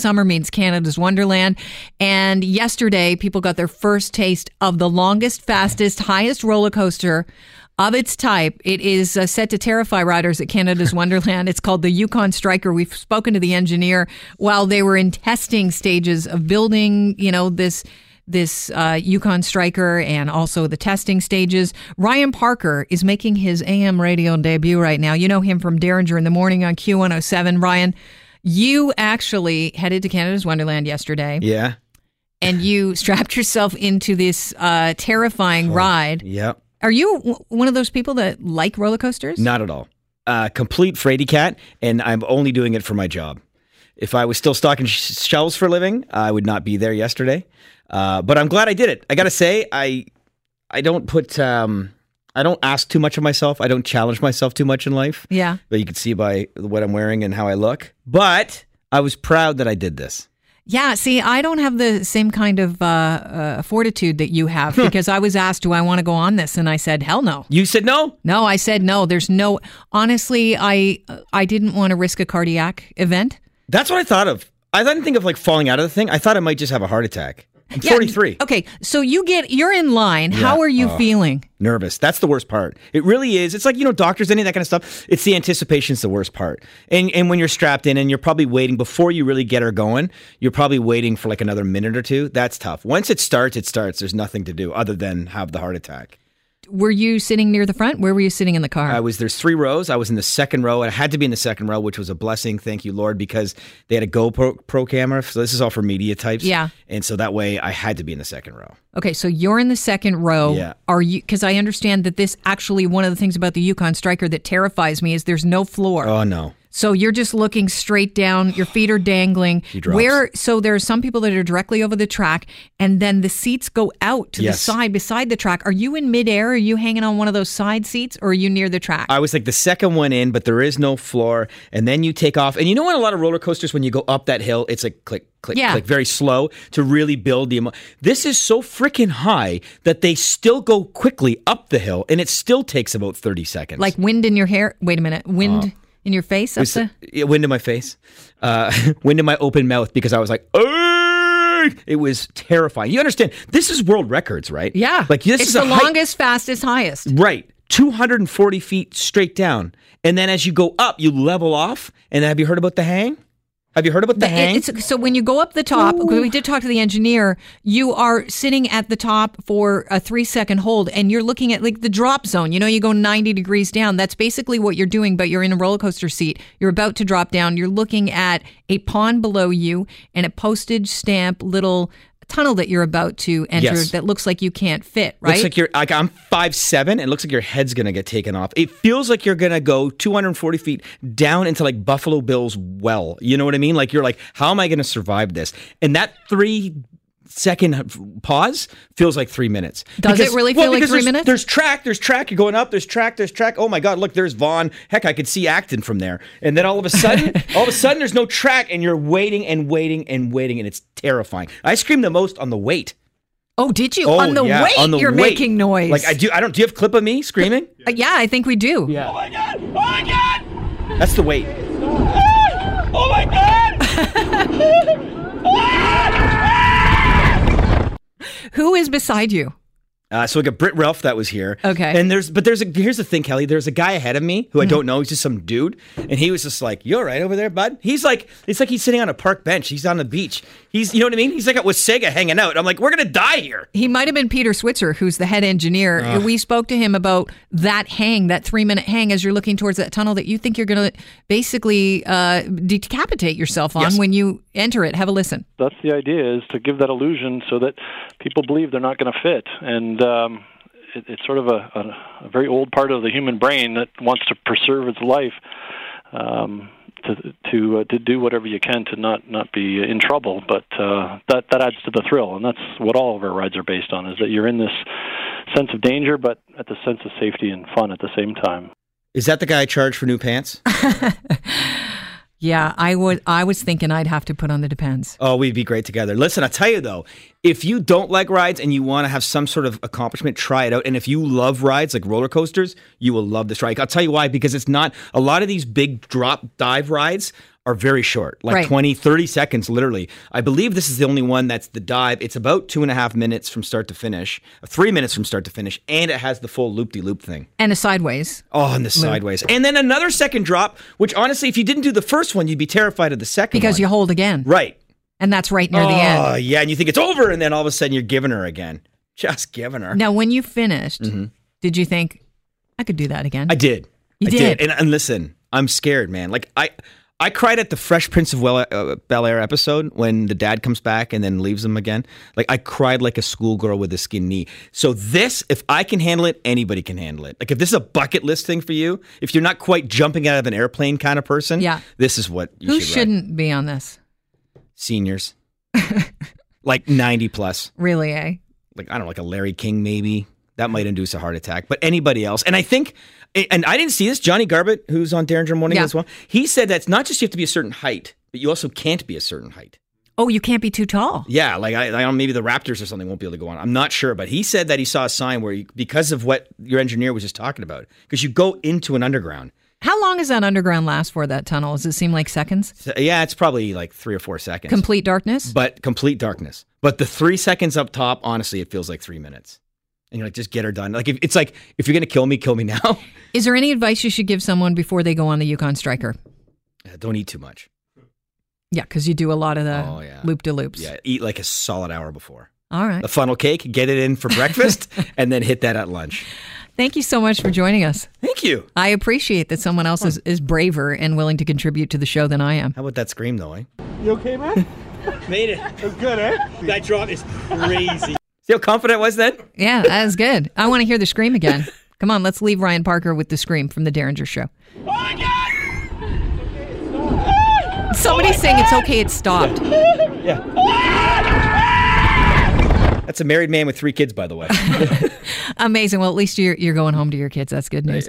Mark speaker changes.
Speaker 1: Summer means Canada's Wonderland. And yesterday, people got their first taste of the longest, fastest, highest roller coaster of its type. It is uh, set to terrify riders at Canada's Wonderland. It's called the Yukon Striker. We've spoken to the engineer while they were in testing stages of building, you know, this this uh, Yukon Striker and also the testing stages. Ryan Parker is making his AM radio debut right now. You know him from Derringer in the Morning on Q107. Ryan, you actually headed to Canada's Wonderland yesterday
Speaker 2: Yeah.
Speaker 1: and you strapped yourself into this uh, terrifying ride.
Speaker 2: Yep.
Speaker 1: Are you w- one of those people that like roller coasters?
Speaker 2: Not at all. Uh, complete fraidy cat, and I'm only doing it for my job. If I was still stocking sh- shelves for a living, I would not be there yesterday. Uh, but I'm glad I did it. I gotta say, I I don't put um, I don't ask too much of myself. I don't challenge myself too much in life.
Speaker 1: Yeah.
Speaker 2: But you can see by what I'm wearing and how I look. But I was proud that I did this.
Speaker 1: Yeah, see, I don't have the same kind of uh, uh, fortitude that you have because I was asked, Do I want to go on this? And I said, Hell no.
Speaker 2: You said no.
Speaker 1: No, I said no. There's no. Honestly, I I didn't want to risk a cardiac event.
Speaker 2: That's what I thought of. I didn't think of like falling out of the thing. I thought I might just have a heart attack. I'm
Speaker 1: Yeah,
Speaker 2: 43.
Speaker 1: Okay, so you get you're in line. How are you feeling?
Speaker 2: nervous. That's the worst part. It really is. It's like you know, doctors, any of that kind of stuff. It's the anticipation's the worst part. And and when you're strapped in and you're probably waiting before you really get her going, you're probably waiting for like another minute or two. That's tough. Once it starts, it starts. There's nothing to do other than have the heart attack.
Speaker 1: Were you sitting near the front? Where were you sitting in the car?
Speaker 2: I was there's three rows. I was in the second row. I had to be in the second row, which was a blessing. Thank you, Lord, because they had a GoPro Pro camera. So this is all for media types.
Speaker 1: Yeah.
Speaker 2: And so that way, I had to be in the second row.
Speaker 1: Okay, so you're in the second row.
Speaker 2: Yeah.
Speaker 1: Are you? Because I understand that this actually one of the things about the Yukon Striker that terrifies me is there's no floor.
Speaker 2: Oh no.
Speaker 1: So you're just looking straight down. Your feet are dangling.
Speaker 2: drops.
Speaker 1: Where? So there are some people that are directly over the track, and then the seats go out to
Speaker 2: Yes.
Speaker 1: the side beside the track. Are you in midair? Are you hanging on one of those side seats, or are you near the track?
Speaker 2: I was like the second one in, but there is no floor. And then you take off. And you know, on a lot of roller coasters, when you go up that hill, it's like click, click,
Speaker 1: Yeah.
Speaker 2: click, very slow to really build the. Emo- this is so freaking high that they still go quickly up the hill, and it still takes about 30 seconds.
Speaker 1: like wind in your hair. Wait a minute.
Speaker 2: Uh,
Speaker 1: Wind in your face. Up
Speaker 2: It's-
Speaker 1: the,
Speaker 2: yeah, wind in my face, uh, wind in my open mouth because I was like, "Argh!" it was terrifying. You understand? This is world records, right?
Speaker 1: yeah.
Speaker 2: Like this
Speaker 1: it's
Speaker 2: is
Speaker 1: the
Speaker 2: a height-
Speaker 1: longest, fastest, highest.
Speaker 2: Right. 240 feet straight down. And then as you go up, you level off. And have you heard about the hang? Have you heard about the, hang?
Speaker 1: It- it's- so when you go up the top, 'cause we did talk to the engineer. You are sitting at the top for a three second hold, and you're looking at like the drop zone. You know, you go ninety degrees down. That's basically what you're doing, but you're in a roller coaster seat. You're about to drop down. You're looking at a pond below you and a postage stamp little tunnel that you're about to enter
Speaker 2: Yes.
Speaker 1: that looks like you can't fit. Right?
Speaker 2: Looks like you're like I'm five seven. It looks like your head's gonna get taken off. It feels like you're gonna go 240 feet down into like Buffalo Bill's well. You know what I mean? Like you're like, how am I gonna survive this? And that three second pause feels like three minutes.
Speaker 1: Does it really feel like
Speaker 2: because
Speaker 1: three
Speaker 2: there's-
Speaker 1: minutes?
Speaker 2: There's track, there's track. You're going up. There's track, there's track. Oh my God! Look, there's Vaughn. Heck, I could see Acton from there. And then all of a sudden, all of a sudden, there's no track, and you're waiting and waiting and waiting, and it's terrifying. I scream the most on the wait.
Speaker 1: oh, did you
Speaker 2: Oh,
Speaker 1: on the
Speaker 2: yeah,
Speaker 1: weight?
Speaker 2: on the
Speaker 1: you're
Speaker 2: weight.
Speaker 1: making noise.
Speaker 2: Like I do. I don't. Do you have a clip of me screaming?
Speaker 1: Uh, yeah, I think we do.
Speaker 3: Oh my god! Oh my god!
Speaker 2: That's the weight.
Speaker 3: Ah! Oh my god! Ah!
Speaker 1: Who is beside you?
Speaker 2: Uh, so we got Britt Ralph that was here.
Speaker 1: Okay. Mm.
Speaker 2: And there's, but there's a here's the thing, Kelly. There's a guy ahead of me who I don't know. He's just some dude, and he was just like, "You're right over there, bud." He's like, it's like he's sitting on a park bench. He's on the beach. He's, you know what I mean? He's like at Wasaga hanging out. I'm like, we're gonna die here.
Speaker 1: He might have been Peter Switzer, who's the head engineer. We spoke to him about that hang, that three minute hang as you're looking towards that tunnel that you think you're going to basically uh, decapitate yourself on
Speaker 2: Yes.
Speaker 1: when you enter it. Have a listen.
Speaker 4: that's the idea is to give that illusion so that people believe they're not going to fit and um it, it's sort of a, a, a very old part of the human brain that wants to preserve its life um to to uh, to do whatever you can to not not be in trouble but uh that that adds to the thrill and that's what all of our rides are based on is that you're in this sense of danger but at the sense of safety and fun at the same time
Speaker 2: Is that the guy I charged for new pants?
Speaker 1: Yeah, I would. I was thinking I'd have to put on the depends.
Speaker 2: Oh, we'd be great together. Listen, I tell you though, if you don't like rides and you want to have some sort of accomplishment, try it out. And if you love rides like roller coasters, you will love this ride. I'll tell you why because it's not a lot of these big drop dive rides are very short, like
Speaker 1: Right.
Speaker 2: 20, 30 seconds, literally. I believe this is the only one that's the dive. It's about two and a half minutes from start to finish, uh, three minutes from start to finish, and it has the full loop de loop thing.
Speaker 1: and a sideways.
Speaker 2: Oh, and the sideways. And then another second drop, which honestly, if you didn't do the first one, you'd be terrified of the second
Speaker 1: Because
Speaker 2: one.
Speaker 1: you hold again.
Speaker 2: Right.
Speaker 1: And that's right near the end.
Speaker 2: Oh, yeah. And you think it's over, and then all of a sudden you're giving her again. Just giving her.
Speaker 1: Now, when you finished, did you think, I could do that again?
Speaker 2: Mm-hmm. I did.
Speaker 1: You
Speaker 2: I
Speaker 1: did.
Speaker 2: And, and listen, I'm scared, man. Like I, I cried at the Fresh Prince of well, uh, Bel Air episode when the dad comes back and then leaves him again. Like I cried like a schoolgirl with a skin knee. So this, if I can handle it, anybody can handle it. Like if this is a bucket list thing for you, if you're not quite jumping out of an airplane kind of person,
Speaker 1: Yeah.
Speaker 2: this is what you
Speaker 1: Who
Speaker 2: should write.
Speaker 1: shouldn't be on this?
Speaker 2: seniors, like 90 plus
Speaker 1: Really, eh?
Speaker 2: like I don't know, like a Larry King maybe. That might induce a heart attack, but anybody else. And I think, and I didn't see this. Johnny Garbett, who's on Derringer Morning
Speaker 1: Yeah.
Speaker 2: as well, he said that's not just you have to be a certain height, but you also can't be a certain height.
Speaker 1: Oh, you can't be too tall.
Speaker 2: Yeah, like I, I don't, maybe the Raptors or something won't be able to go on. I'm not sure, but he said that he saw a sign where you, because of what your engineer was just talking about, because you go into an underground.
Speaker 1: How long does that underground last for, that tunnel? Does it seem like seconds?
Speaker 2: So, yeah, it's probably like three or four seconds,
Speaker 1: Complete darkness?
Speaker 2: but complete darkness. But the three seconds up top, honestly, it feels like three minutes. And you're like, just get her done. Like if, it's like if you're gonna kill me, kill me now.
Speaker 1: Is there any advice you should give someone before they go on the Yukon Striker?
Speaker 2: Yeah, don't eat too much.
Speaker 1: Yeah, because you do a lot of
Speaker 2: Oh,
Speaker 1: the
Speaker 2: yeah.
Speaker 1: loop de loops.
Speaker 2: Yeah, eat like a solid hour before.
Speaker 1: All right.
Speaker 2: The funnel cake, get it in for breakfast, and then hit that at lunch.
Speaker 1: Thank you so much for joining us.
Speaker 2: Thank you.
Speaker 1: I appreciate that someone else is, is braver and willing to contribute to the show than I am.
Speaker 2: How about that scream though, eh?
Speaker 5: You okay, man?
Speaker 2: Made it.
Speaker 5: That's good, eh?
Speaker 2: That drop is crazy. See how confident I was then?
Speaker 1: Yeah, that is good. I want to hear the scream again. Come on, let's leave Ryan Parker with the scream from the Derringer Show.
Speaker 3: Oh my god!
Speaker 1: Somebody saying it's okay, it stopped.
Speaker 3: Ah!
Speaker 2: That's a married man with three kids, by the way.
Speaker 1: Amazing. Well, at least you're, you're going home to your kids. That's good news.